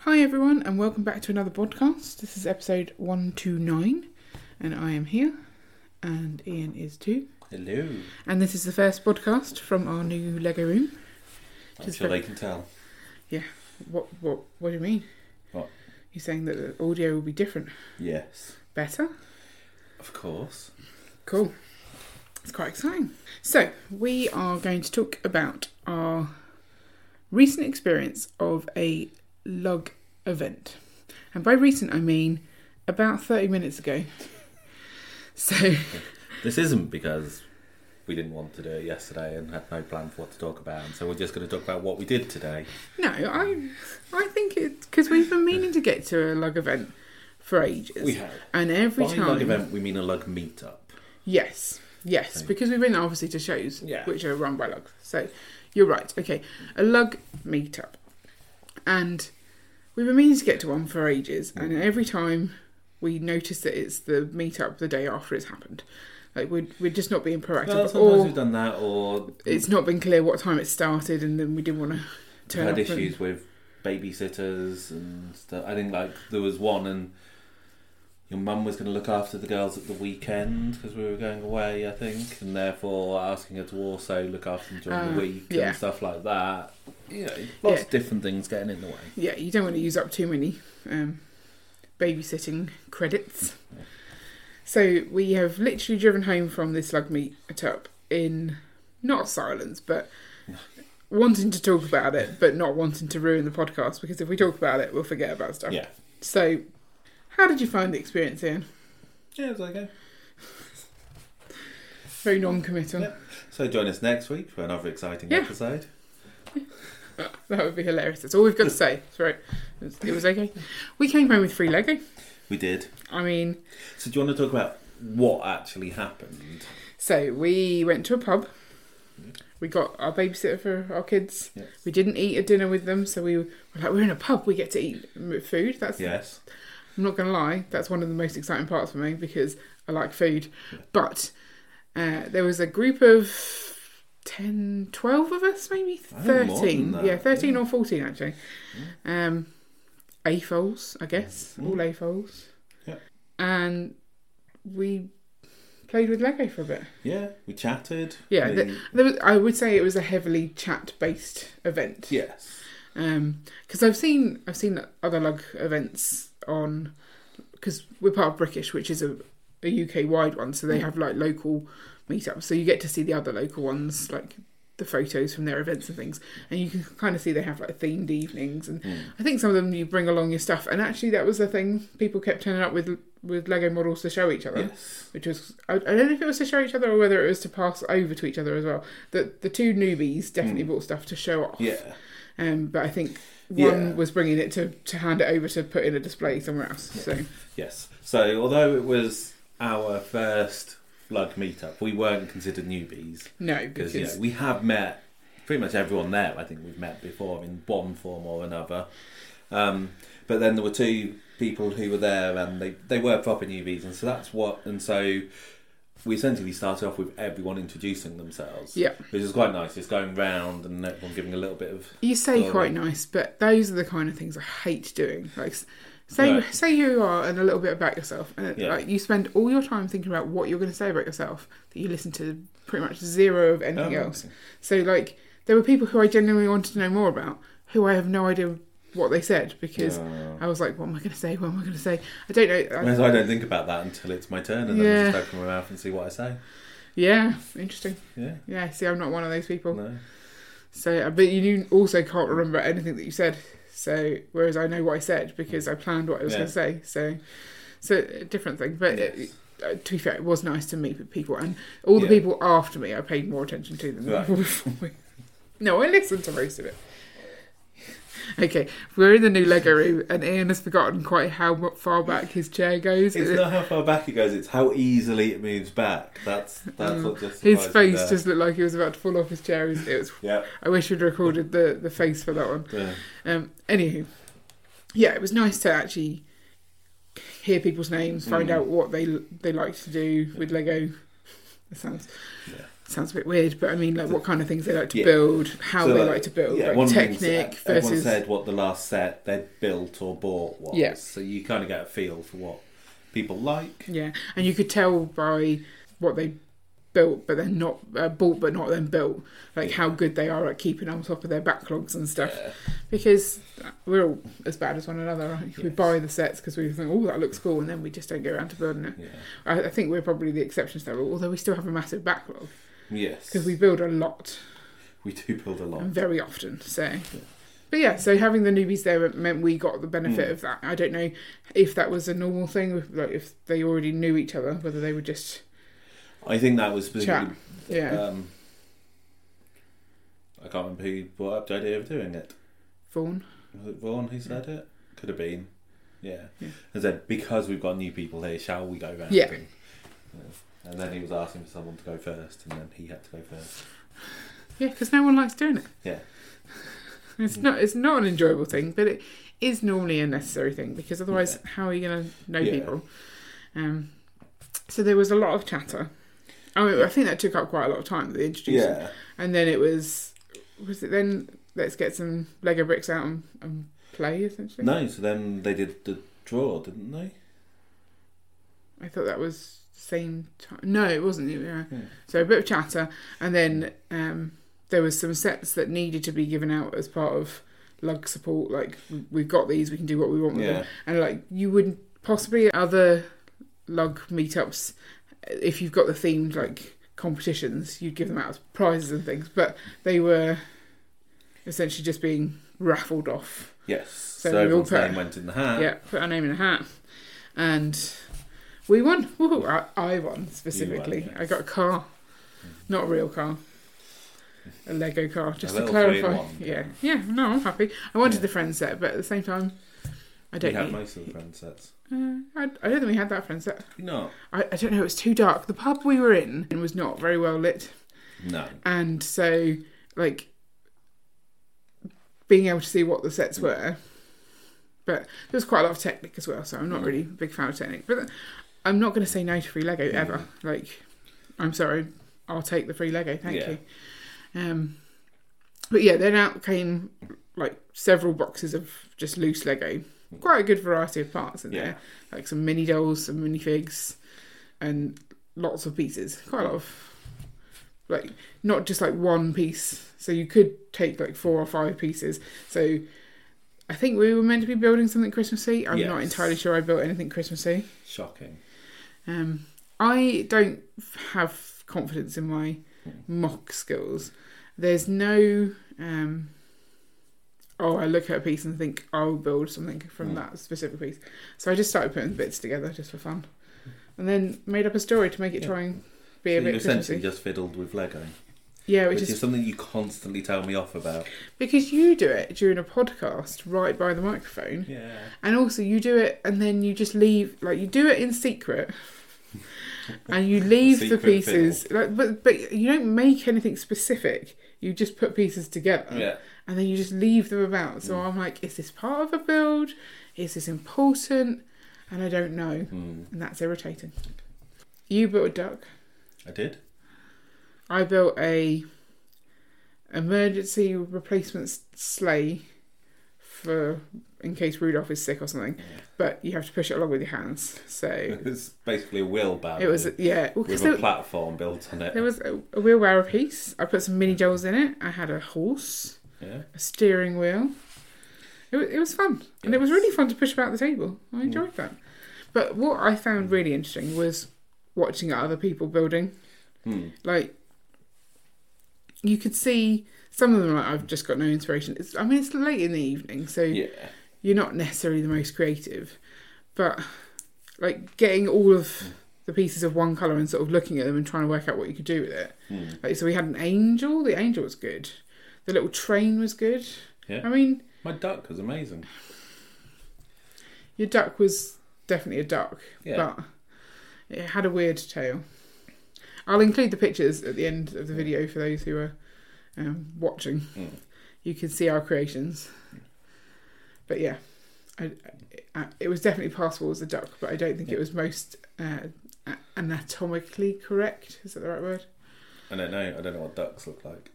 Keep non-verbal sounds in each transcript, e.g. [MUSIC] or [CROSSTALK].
Hi, everyone, and welcome back to another podcast. This is episode 129, and I am here, and Ian is too. Hello. And this is the first podcast from our new Lego room. I'm Just sure very- they can tell. What, what, what do you mean? What? You're saying that the audio will be different. Yes. Better? Of course. Cool. It's quite exciting. So, we are going to talk about our recent experience of a log event. And by recent, I mean about 30 minutes ago. [LAUGHS] So, This isn't because we didn't want to do it yesterday and had no plan for what to talk about, and so we're just going to talk about what we did today. no, I I think it's because we've been meaning to get to a log event for ages. We have. And every By time. lug event, we mean a lug meetup. Yes, yes, So- because we've been obviously to shows Yeah. which are run by lugs. So you're right. Okay, a lug meetup, and we've been meaning to get to one for ages, and Mm-hmm. every time we notice that it's the meetup the day after it's happened, like we're we're just not being Well, proactive, sometimes or we've done that, or it's not been clear what time it started, and then we didn't want to we've turn had up. issues with babysitters and stuff. I think like there was one and. Your mum was going to look after the girls at the weekend because we were going away, I think, and therefore asking her to also look after them during Ah, the week yeah. and stuff like that. You know, lots Yeah. of different things getting in the way. And, yeah, you don't want to use up too many um, babysitting credits. So we have literally driven home from this lug meetup in not silence, but wanting to talk about it, but not wanting to ruin the podcast because if we talk about it, we'll forget about stuff. Yeah. So, how did you find the experience, Ian? Yeah, it was okay. Very non-committal. Yeah. So join us next week for another exciting Yeah. episode. [LAUGHS] That would be hilarious. That's all we've got to say. It's right. It was, it was okay. We came home with free Lego. We did. I mean, So do you want to talk about what actually happened? so we went to a pub. We got our babysitter for our kids. Yes. We didn't eat a dinner with them, so we were like, we're in a pub. We get to eat m- food. That's Yes. I'm not going to lie, that's one of the most exciting parts for me because I like food. But uh, there was a group of 10, 12 of us, maybe I think more than 13. that, yeah, 13 or 14 actually. Um, AFOLs, I guess. All AFOLs. Mm. Yeah. And we played with Lego for a bit. Yeah. We chatted. Yeah, We- th- there was, I would say it was a heavily chat based event yes. because I've seen I've seen other lug events on because we're part of Brickish, which is a, a UK wide one, so they have like local meetups, so you get to see the other local ones like the photos from their events and things, and you can kind of see they have like themed evenings, and Hmm. I think some of them you bring along your stuff, and actually that was the thing people kept turning up with with Lego models to show each other Yes. which was I, I don't know if it was to show each other or whether it was to pass over to each other as well. That the two newbies definitely bought stuff to show off. Hmm. Yeah. Um, but I think one Yeah. was bringing it to to hand it over to put in a display somewhere else. So Yes. So although it was our first lug meetup, we weren't considered newbies no, because because you know, we have met pretty much everyone there. I think we've met before in one form or another. Um, but then there were two people who were there, and they they were proper newbies, and so that's what. And so we essentially started off with everyone introducing themselves. Yeah. which is quite nice. Just going round and everyone giving a little bit of you say Sorry. quite nice, but those are the kind of things I hate doing. Like s- say Right. say who you are and a little bit about yourself, and it- Yeah. like you spend all your time thinking about what you're going to say about yourself that you listen to pretty much zero of anything Oh, else. So like there were people who I genuinely wanted to know more about who I have no idea what they said because Yeah. I was like, what am I going to say? What am I going to say? I don't know. I- Whereas I don't think about that until it's my turn, and Yeah. then I just open my mouth and see what I say. yeah, interesting. Yeah. Yeah, see, I'm not one of those people. No. So, uh, but you also can't remember anything that you said. So, whereas I know what I said because I planned what I was Yeah. going to say. So, so a different thing. But it, Yes. uh, to be fair, it was nice to meet with people, and all the Yeah. people after me, I paid more attention to than the Right. people [LAUGHS] before me. No, I listened to most of it. [LAUGHS] Okay, we're in the new Lego room, and Ian has forgotten quite how mu- far back his chair goes. Uh, It's not how far back it goes; it's how easily it moves back. That's that's what just Mm. his surprised me face there. just looked like he was about to fall off his chair. It was, it was, yeah. I wish we'd recorded the, the face for that one. yeah. Um, anywho, yeah, it was nice to actually hear Mm. people's names, find out what they they like to do with Lego. That sounds Yeah. sounds a bit weird, but I mean, like what kind of things they like to Yeah. build, how So, they like, like to build, yeah, like, one of the things technique that Everyone versus said what the last set they built or bought was. Yeah. So you kind of get a feel for what people like. yeah, and you could tell by what they built, but then not uh, bought, but not then built, like Yeah. how good they are at keeping on top of their backlogs and stuff. Because we're all as bad as one another. Right? We Yes. buy the sets because we think, oh, that looks cool, and then we just don't go around to building it. Yeah. I, I think we're probably the exception to that rule, although we still have a massive backlog Yes. because we build a lot. we do build a lot. and very often. So, but yeah, so having the newbies there meant we got the benefit Mm. of that. I don't know if that was a normal thing, if, like if they already knew each other, whether they were just I think that was specifically. yeah Um, I can't remember who brought up the idea of doing it. Vaughan. Was it Vaughan who said it? Could have been. Yeah. Yeah. And said, because we've got new people here, shall we go round? Yeah. And, and then he was asking for someone to go first, and then he had to go first. Yeah, because no one likes doing it. [LAUGHS] Yeah. Mm. It's not it's not an enjoyable thing, but it is normally a necessary thing because otherwise, how are you going to know Yeah. people? Um, so there was a lot of chatter. I mean, I think that took up quite a lot of time. The introducing. and then it was was it then let's get some Lego bricks out and, and play essentially. No, so then they did the draw, didn't they? I thought that was same time. No, it wasn't. Yeah. Yeah. So a bit of chatter, and then um, there was some sets that needed to be given out as part of lug support. Like we- we've got these, we can do what we want with Yeah. them, and like you would possibly at other lug meetups if you've got the themed like competitions, you'd give them out as prizes and things, but they were essentially just being raffled off. Yes. So, we all everyone's put- name went in the hat. Yeah, put our name in a hat. And we won. Woohoo, I, I won specifically. yes. I got a car, not a real car. A Lego car, just to little clarify. three-in-one Yeah, car. yeah. No, I'm happy. I wanted Yeah. the friend set, but at the same time, I don't. We had Need, most of the friend sets. uh, I, I don't think we had that friend set. No. I, I don't know. It was too dark. The pub we were in was not very well lit, No. and so like being able to see what the sets were but there was quite a lot of technic as well so i'm not Mm. really a big fan of technic but i'm not going to say no to free lego Mm. ever like i'm sorry i'll take the free lego thank Yeah. you um but yeah then out came like several boxes of just loose lego quite a good variety of parts in Mm. Yeah. there like some mini dolls some minifigs and lots of pieces quite a lot of like not just like one piece. So you could take like four or five pieces. So I think we were meant to be building something Christmassy. I'm not Yes. entirely sure I built anything Christmassy. Shocking. Um, I don't have confidence in my mock skills. There's no. Um, oh, I look at a piece and think I'll build something from Mm. that specific piece. So I just started putting bits together just for fun, and then made up a story to make it Yeah. try and be So a you bit essentially Christmassy. just fiddled with Lego, yeah, which which is something you constantly tell me off about. Because you do it during a podcast right by the microphone. Yeah. And also you do it and then you just leave like you do it in secret. And [LAUGHS] you leave the Secret pieces like but but you don't make anything specific. You just put pieces together. Yeah. Mm. And then you just leave them about. So I'm like, is this part of a build? Is this important? And I don't know. Mm. And that's irritating. You built a duck. I did. I built a emergency replacement s- sleigh for in case Rudolph is sick or something. But you have to push it along with your hands. So [LAUGHS] It was basically a wheelbarrow. it was yeah, because with a there, platform built on it. there was a, a wheelbarrow piece. I put some mini dolls in it. I had a horse, yeah. a steering wheel. It was, it was fun, and it was Yes. Mm. really fun to push about the table. I enjoyed that. But what I found really interesting was watching other people building Hmm. like you could see some of them like I've just got no inspiration. It's I mean it's late in the evening, so Yeah. you're not necessarily the most creative, but like getting all of the pieces of one color and sort of looking at them and trying to work out what you could do with it. Hmm. Like so we had an angel. The angel was good. The little train was good. Yeah. I mean My duck was amazing. your duck was definitely a duck, Yeah. but it had a weird tail. I'll include the pictures at the end of the video for those who are um, watching. Mm. You can see our creations. But yeah, I, I, it was definitely passable as a duck, but I don't think it was most uh, a- anatomically correct. Is that the right word? I don't know. I don't know what ducks look like.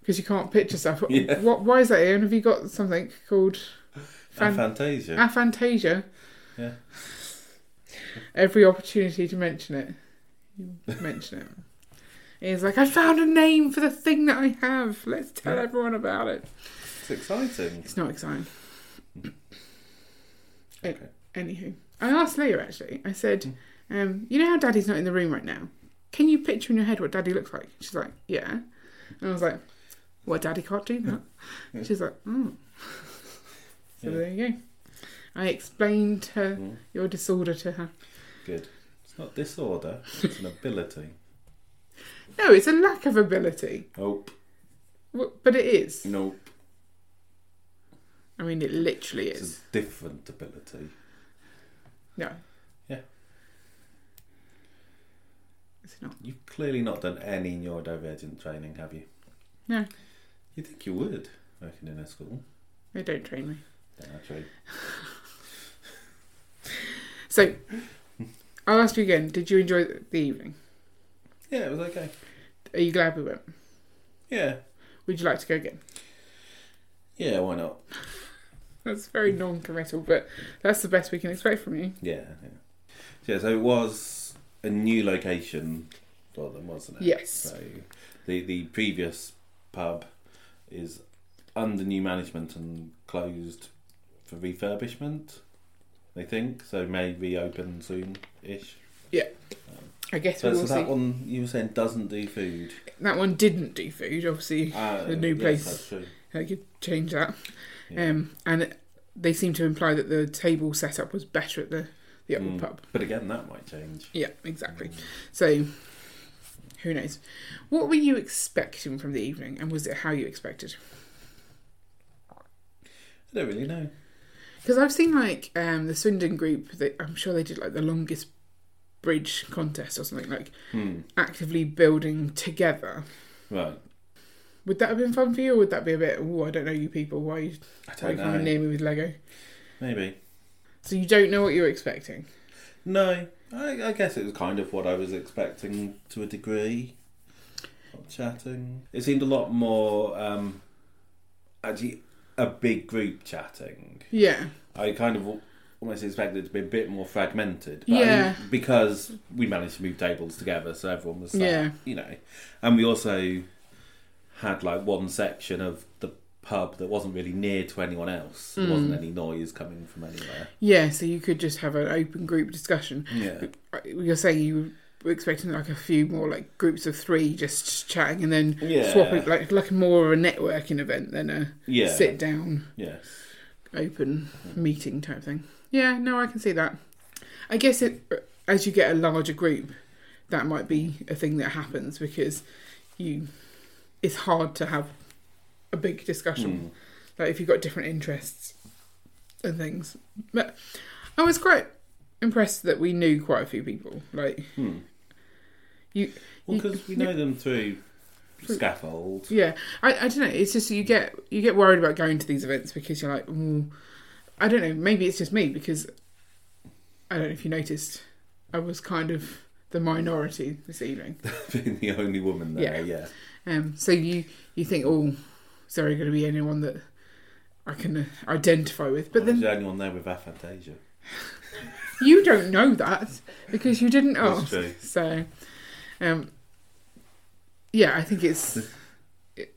because you can't picture stuff. [LAUGHS] Yeah. What? Why is that? Ian? Have you got something called Fan- Ah. Aphantasia. aphantasia? Yeah. Every opportunity to mention it, you mention it. Ian's like, I found a name for the thing that I have. Let's tell Yeah. everyone about it. It's exciting. It's not [CLEARS THROAT] exciting. Okay. Hmm. Anywho, I asked Leah actually. I said, um, "You know how Daddy's not in the room right now? Can you picture in your head what Daddy looks like?" She's like, "Yeah," and I was like, "Well, Daddy can't do that." [LAUGHS] Yeah. She's like, "Oh." So Yeah. there you go. I explained her Mm. your disorder to her. Good. It's not disorder. It's an ability. No, it's a lack of ability, Nope. W- but it is. Nope. I mean, it literally It's is. a different ability. No. Yeah. It's not. You've clearly not done any neurodivergent training, have you? No. You think you would working in a school? They don't train me. Don't actually. So, I'll ask you again. Did you enjoy the evening? Yeah, it was okay. Are you glad we went? Yeah. Would you like to go again? Yeah, why not? That's Mm. very non-committal, but that's the best we can expect from you. Yeah, yeah. So, Yeah, so it was a new location for them, wasn't it? Yes. So the the previous pub is under new management and closed for refurbishment, I think. So may reopen soon ish. I guess So, we so will see. that one you were saying doesn't [LAUGHS] do food. that one didn't do food, obviously. Uh, The new yes, place. That's true. I could change that. Yeah. Um, and they seem to imply that the table setup was better at the the upper Mm. pub. But again, that might change. Yeah, exactly. So, who knows? What were you expecting from the evening, and was it how you expected? I don't really know. Because I've seen like um, the Swindon group. They, I'm sure they did like the longest bridge contest or something like Hmm. actively building together. Right. Would that have been fun for you, or would that be a bit? Oh, I don't know you people. Why, are you- I why are you don't coming know. near me with Lego? Maybe. So you don't know what you're expecting. No, I, I guess it was kind of what I was expecting to a degree. Not chatting. It seemed a lot more, um, actually, a big group chatting. Yeah, I kind of al- almost expected it to be a bit more fragmented. I Yeah. think because we managed to move tables together, so everyone was sat, Yeah. you know. And we also had like one section of the pub that wasn't really near to anyone else. There wasn't Hmm. any noise coming from anywhere. yeah. So you could just have an open group discussion. Yeah. You're saying you were expecting like a few more like groups of three just chatting and then Yeah. swapping like like more of a networking event than a Yeah. sit down Yes. open meeting type thing. Yeah, no, I can see that. I guess it as you get a larger group, that might be a thing that happens because you it's hard to have a big discussion. Like if you've got different interests and things. But I was quite impressed that we knew quite a few people. Like Hmm. You- Well, you- because we know them through scaffold. [LAUGHS] yeah, I, I don't know. It's just you get you get worried about going to these events because you're like, "Ooh." I don't know. Maybe it's just me because I don't know if you noticed, I was kind of the minority this evening. Being the only woman there, yeah. Um, so you you think, oh, is there going to be anyone that I can uh, identify with? But But then the only one there with aphantasia. you don't know that because you didn't That's ask. true. So, um, yeah, I think it's. It,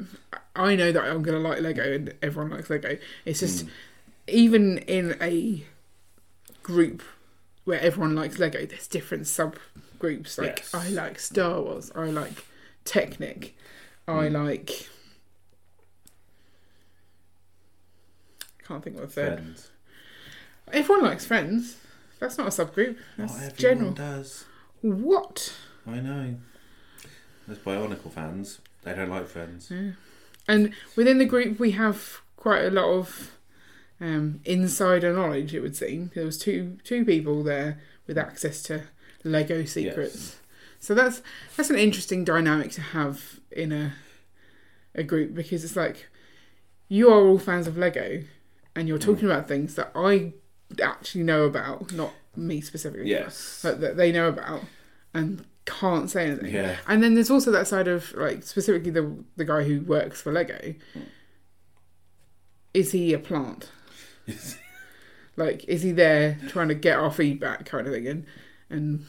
I know that I'm going to like Lego, and everyone likes Lego. It's Hmm. just even in a group where everyone likes Lego, there's different subgroups. Like Yes. I like Star Wars, I like Technic, I Hmm. like. Can't think of a third. Friends. Everyone likes Friends. That's not a subgroup. Not That's everyone general. does. What? I know. There's Bionicle fans. They don't like friends. Hmm. And within the group, we have quite a lot of um, insider knowledge. It would seem there was two two people there with access to Lego secrets. So that's that's an interesting dynamic to have in a a group because it's like you are all fans of Lego, and Mm. you're talking about things that I actually know about, not me specifically. [LAUGHS] Yes. but that they know about, and can't say anything. Yeah. And then there's also that side of like specifically the the guy who works for Lego. Is he a plant? Like, is he there trying to get our feedback kind of thing, and, and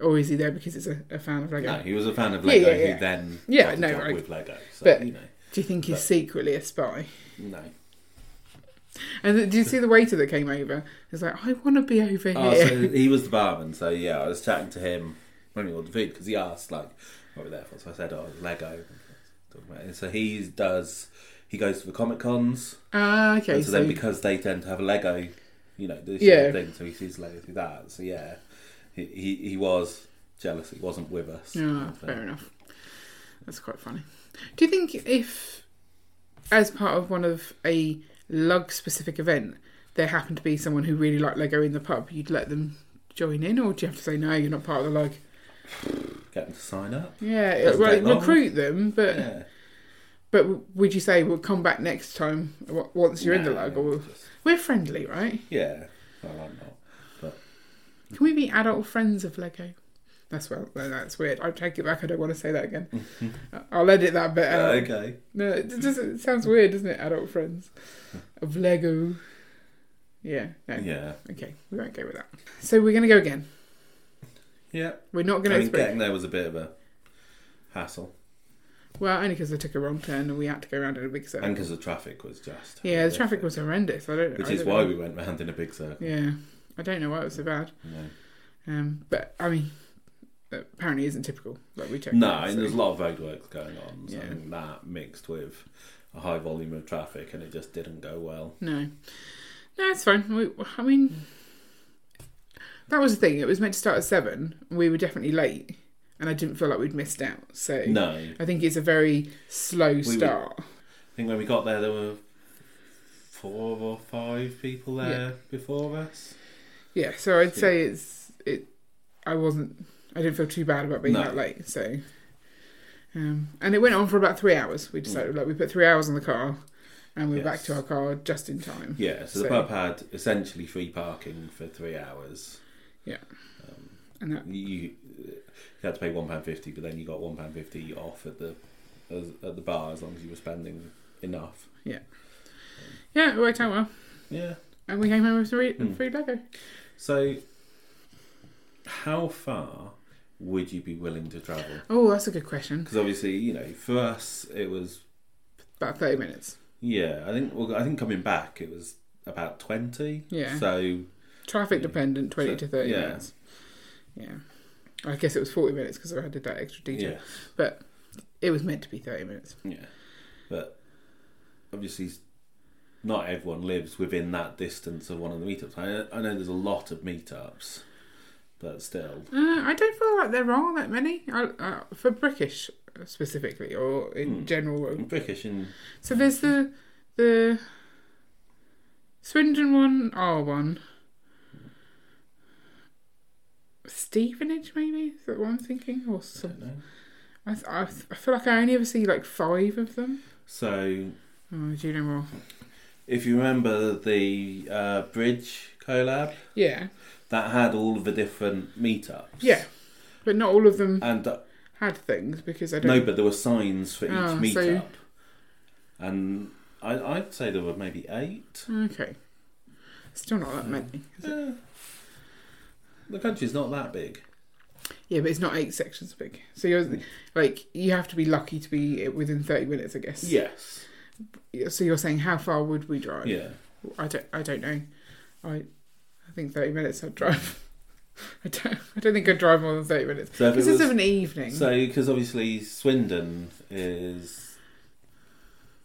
or is he there because he's a, a fan of Lego? No, he was a fan of Yeah, Lego yeah, yeah. who then Yeah, got a no, job right. with Lego. So But- you know. Do you think he's secretly a spy? No. [LAUGHS] And th- do you see the waiter that came over? He's like, I want to be over here. Oh, so he was the barman, so yeah, I was chatting to him when we ordered food because he asked like what were we there for. So I said, "Oh, Lego." And so he does. He goes to the comic cons, Ah, okay. and so, So, then because they tend to have a Lego, you know, this Yeah. thing, so he sees Lego through that. So yeah, he he, he was jealous. He wasn't with us. Ah, But- fair enough. That's quite funny. Do you think if, as part of one of a lug specific event, there happened to be someone who really liked Lego in the pub, you'd let them join in, or do you have to say no, you're not part of the lug? Get him to sign up. Yeah, Doesn't well, take long. recruit them, but Yeah. but w- would you say we'll come back next time w- once you're in the Nah, lug? Or just- we're friendly, right? yeah. Well, I'm Um, not. Can we be adult friends of Lego? That's well, no, that's weird. I take it back. I don't want to say that [LAUGHS] again. I'll edit that bit out. okay. No, it just it sounds weird, doesn't it? Adult friends of Lego. Yeah. No. Yeah. Okay, we won't go with that. So we're gonna go again. Yeah. We're not I gonna. mean, sprint. getting there was a bit of a hassle. Well, only because I took a wrong turn and we had to go around in a big circle. And because the traffic was just. yeah, the traffic was horrendous. I don't. Which I is don't why know. we went round in a big circle. Yeah, I don't know why it was so bad. No, Um, but I mean, that apparently isn't typical. Like we checked. no that, and so- there's a lot of roadworks going on. So I Yeah. think that mixed with a high volume of traffic and it just didn't go well. No, no, it's fine. We, I mean, that was the thing. It was meant to start at seven. And we were definitely late, and I didn't feel like we'd missed out. So No. I I think it's a very slow were- start. think when we got there, there were four or five people there before us. yeah, so I'd say it's it. I wasn't. I didn't feel too bad about being No. that late. So. Um, and it went on for about three hours. We decided, like, we put three hours on the car, and we we're back Mm. Yes. to our car just in time. Yeah, so, So- the pub had essentially free parking for three hours. Um, And that, You, you had to pay £1.50, but then you got £1.50 off at the, as, at the bar as long as you were spending enough. yeah, it worked out well. Yeah. And we came home with three, Hmm. free Lego. So, how far would you be willing to travel? Oh, that's a good question. Because obviously, you know, for us, it was About thirty minutes. yeah. I think well, I think coming back, it was about twenty. Yeah. So Traffic dependent, 20 So- to 30 Mm. yeah. minutes. Yeah. I guess it was 40 minutes because I did that extra detail. yeah, But it was meant to be 30 minutes. yeah. But obviously, not everyone lives within that distance of one of the meetups. I, I know there's a lot of meetups, but still, Uh, I don't feel like there are that many I, uh, for British uh, specifically or in Hmm. general. British and So there's the the Swindon one, R one, Stevenage maybe is that what I'm thinking or I some. don't know. I, th- I, th- I feel like I only ever see like five of them. So Oh, do you know more? if you remember the uh, bridge collab, Yeah, that had all of the different meetups. yeah, but not all of them And uh, had things because I no, don't. but there were signs for each Ah, so- meetup. And I, I'd say there were maybe eight. Okay, still not that many. Is it? Yeah. The country's not that big. Yeah, but it's not eight sections big. So you're like you have to be lucky to be within thirty minutes, I guess. Yes. Yeah, So you're saying how far would we drive? Yeah. I don't. I don't know. I, I think thirty minutes. I'd drive. [LAUGHS] I don't. I don't think I'd drive more than thirty minutes. So if This it is was- of an evening. So, because obviously Swindon is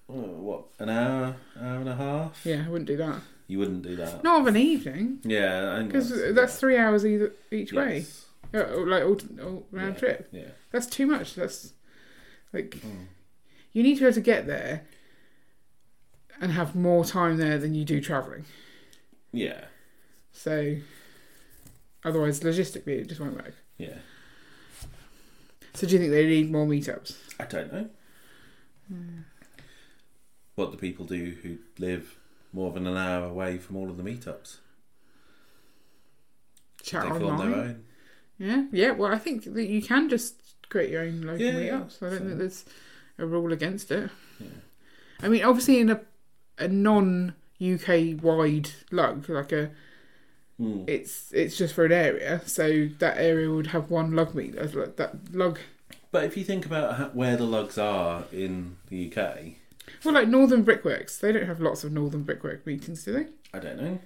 uh, what an hour, hour and a half. yeah, I wouldn't do that. You wouldn't do that. Not of an evening, Yeah, I think because that's three hours either each yeah. way, Yes. Uh, like all, all round Yeah, trip. Yeah. That's too much. That's like Mm. you need to be able to get there and have more time there than you do traveling. Yeah. So otherwise, logistically, it just won't work. Yeah. So do you think they need more meetups? I don't know. Hmm. What do people do who live more than an hour away from all of the meetups? Chat They feel online. on their own. Yeah, yeah. Well, I think that you can just create your own local Yeah, meetups. yeah, I don't so- think there's a rule against it. Yeah. I mean, obviously, in a a non UK wide lug, like a Mm. it's it's just for an area, so that area would have one lug meet. as like That lug, But if you think about ho- where the lugs are in the UK, well, like Northern Brickworks, they don't have lots of Northern Brickwork meetings, do they? I don't know.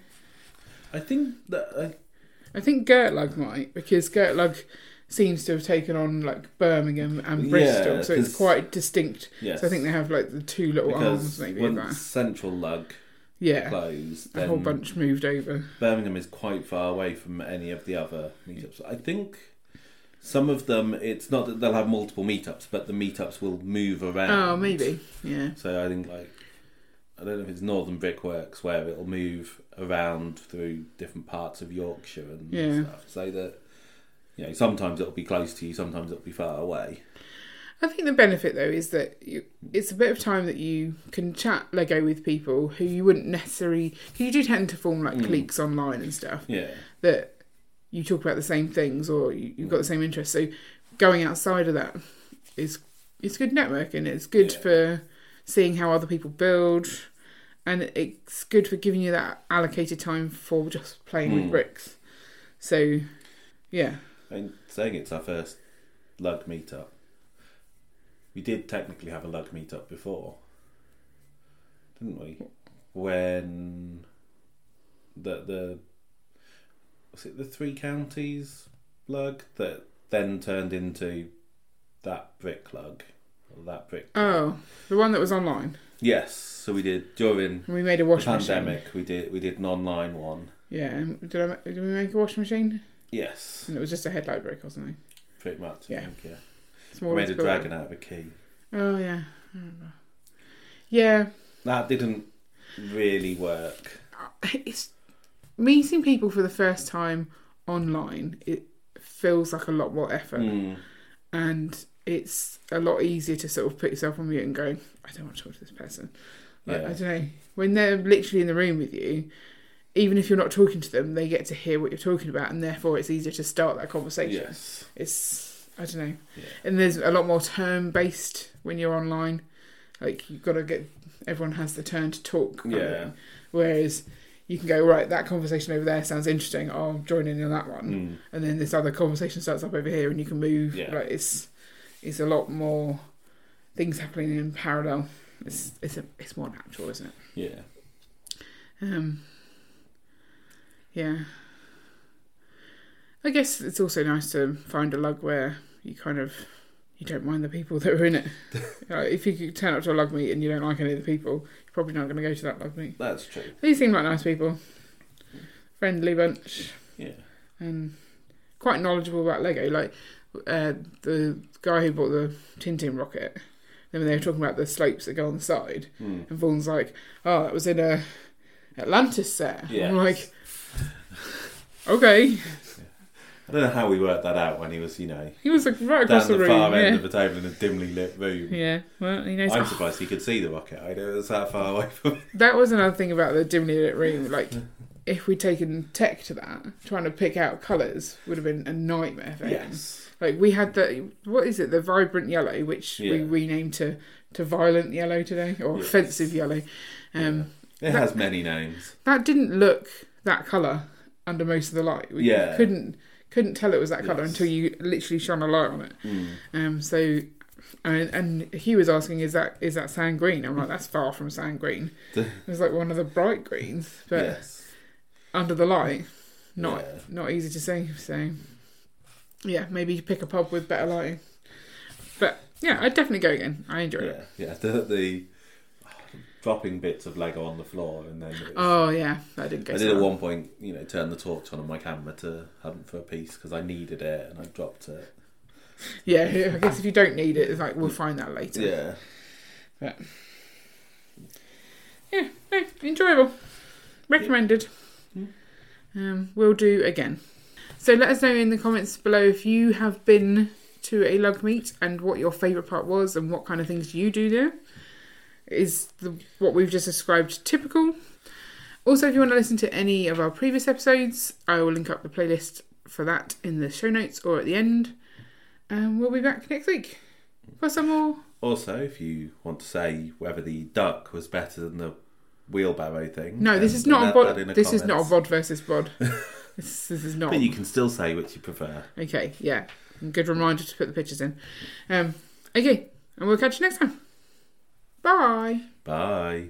I think that uh, I, I think Gertlug might because Gertlug seems to have taken on like Birmingham and Yeah, Bristol, so it's 'cause- quite distinct. yes, So I think they have like the two little arms because maybe. once of that. Central Lug Yeah, closed, a whole then bunch moved over. Birmingham is quite far away from any of the other meetups. I think some of them, it's not that they'll have multiple meetups, but the meetups will move around. Oh, maybe. Yeah. So I think like I don't know if it's Northern Brickworks where it'll move around through different parts of Yorkshire and Yeah. stuff. So that you know, sometimes it'll be close to you, sometimes it'll be far away. I think the benefit though is that you, it's a bit of time that you can chat Lego with people who you wouldn't necessarily. Cause you do tend to form like Mm. cliques online and stuff Yeah. that you talk about the same things or you, you've got the same interests. So going outside of that is it's good networking. It's good Yeah. for seeing how other people build, and it's good for giving you that allocated time for just playing Mm. with bricks. So yeah, I mean, saying it's our first lug meetup. We did technically have a lug meetup before, didn't we? When the the was it the three counties lug that then turned into that brick lug or that brick? oh the one that was online. Yes, so we did during And we made a the wash machine. pandemic. We did we did an online one. Yeah, and did I ma- did we make a washing machine? Yes, And it was just a headlight break or something. pretty much. I Yeah. think, yeah. Small made a little- dragon out of a key. Oh yeah, I remember. Yeah, That didn't really work. it's meeting people for the first time online. It feels like a lot more effort, Mm. and it's a lot easier to sort of put yourself on mute and go, "I don't want to talk to this person." Like, Yeah. I don't know when they're literally in the room with you. Even if you're not talking to them, they get to hear what you're talking about, and therefore it's easier to start that conversation. Yes. It's I don't know. Yeah. and there's a lot more term based when you're online. Like you've got to get everyone has the turn to talk. kind of Yeah. Hmm. thing. Whereas you can go right, that conversation over there sounds interesting. Oh, I'm joining in on that one, Mm. and then this other conversation starts up over here, and you can move. Yeah. Like it's it's a lot more things happening in parallel. It's it's a, it's more natural, isn't it? Yeah. Um, yeah. I guess it's also nice to find a lug where you kind of you don't mind the people that are in it. like, if you could turn up to a lug meet and you don't like any of the people, you're probably not going to go to that lug meet. That's true. These seem like nice people, friendly bunch, Yeah. and quite knowledgeable about Lego. Like uh, the guy who bought the Tintin rocket. Then when they were talking about the slopes that go on the side, Mm. and Vaughn's like, "Oh, that was in a Atlantis set." Yeah. I'm like, okay, I don't know how we worked that out when he was, you know, he was like right across down the, the, far end room. of a table in a dimly lit room. Yeah. yeah, well, he knows. I'm surprised he could see the rocket. I know it was that far [LAUGHS] away from me. That was another thing about the dimly lit room. Like, if we'd taken tech to that, trying to pick out colours would have been a nightmare. For him. Yes. Like we had the what is it? The vibrant yellow, which we Yeah. renamed to to violent yellow today, or Yes. offensive yellow. Um, It has many names. that didn't look that color under most of the light. We Yeah. couldn't couldn't tell it was that color Yes. until you literally shone a light on it. Mm. Um, so and, and he was asking, "Is that is that sand green?" I'm like, "That's far from sand green. [LAUGHS] it was like one of the bright greens, but yes. under the light, not Yeah. not easy to see." So yeah, maybe pick a pub with better lighting. But yeah, I'd definitely go again. I enjoyed it. Yeah. Yeah. The, the dropping bits of Lego on the floor and then. It was, Oh yeah, that didn't go. I so did at well. one point, you know, turn the torch on on my camera to hunt for a piece because I needed it and I dropped it. Yeah, [LAUGHS] I guess if you don't need it, it's like we'll find that later. Yeah. yeah, no, enjoyable. Recommended. Um, we'll do again. So let us know in the comments below if you have been to a lug meet and what your favourite part was and what kind of things you do there. Is the, what we've just described typical? Also, if you want to listen to any of our previous episodes, I will link up the playlist for that in the show notes or at the end. And we'll be back next week for some more. Also, if you want to say whether the duck was better than the wheelbarrow thing, No, this then is not a add Um, that in bod. the This is not a comments. bod versus [LAUGHS] bod. this, this is not. But you can still say which you prefer. Okay, yeah. Good reminder to put the pictures in. Um, okay, and we'll catch you next time. Bye. Bye.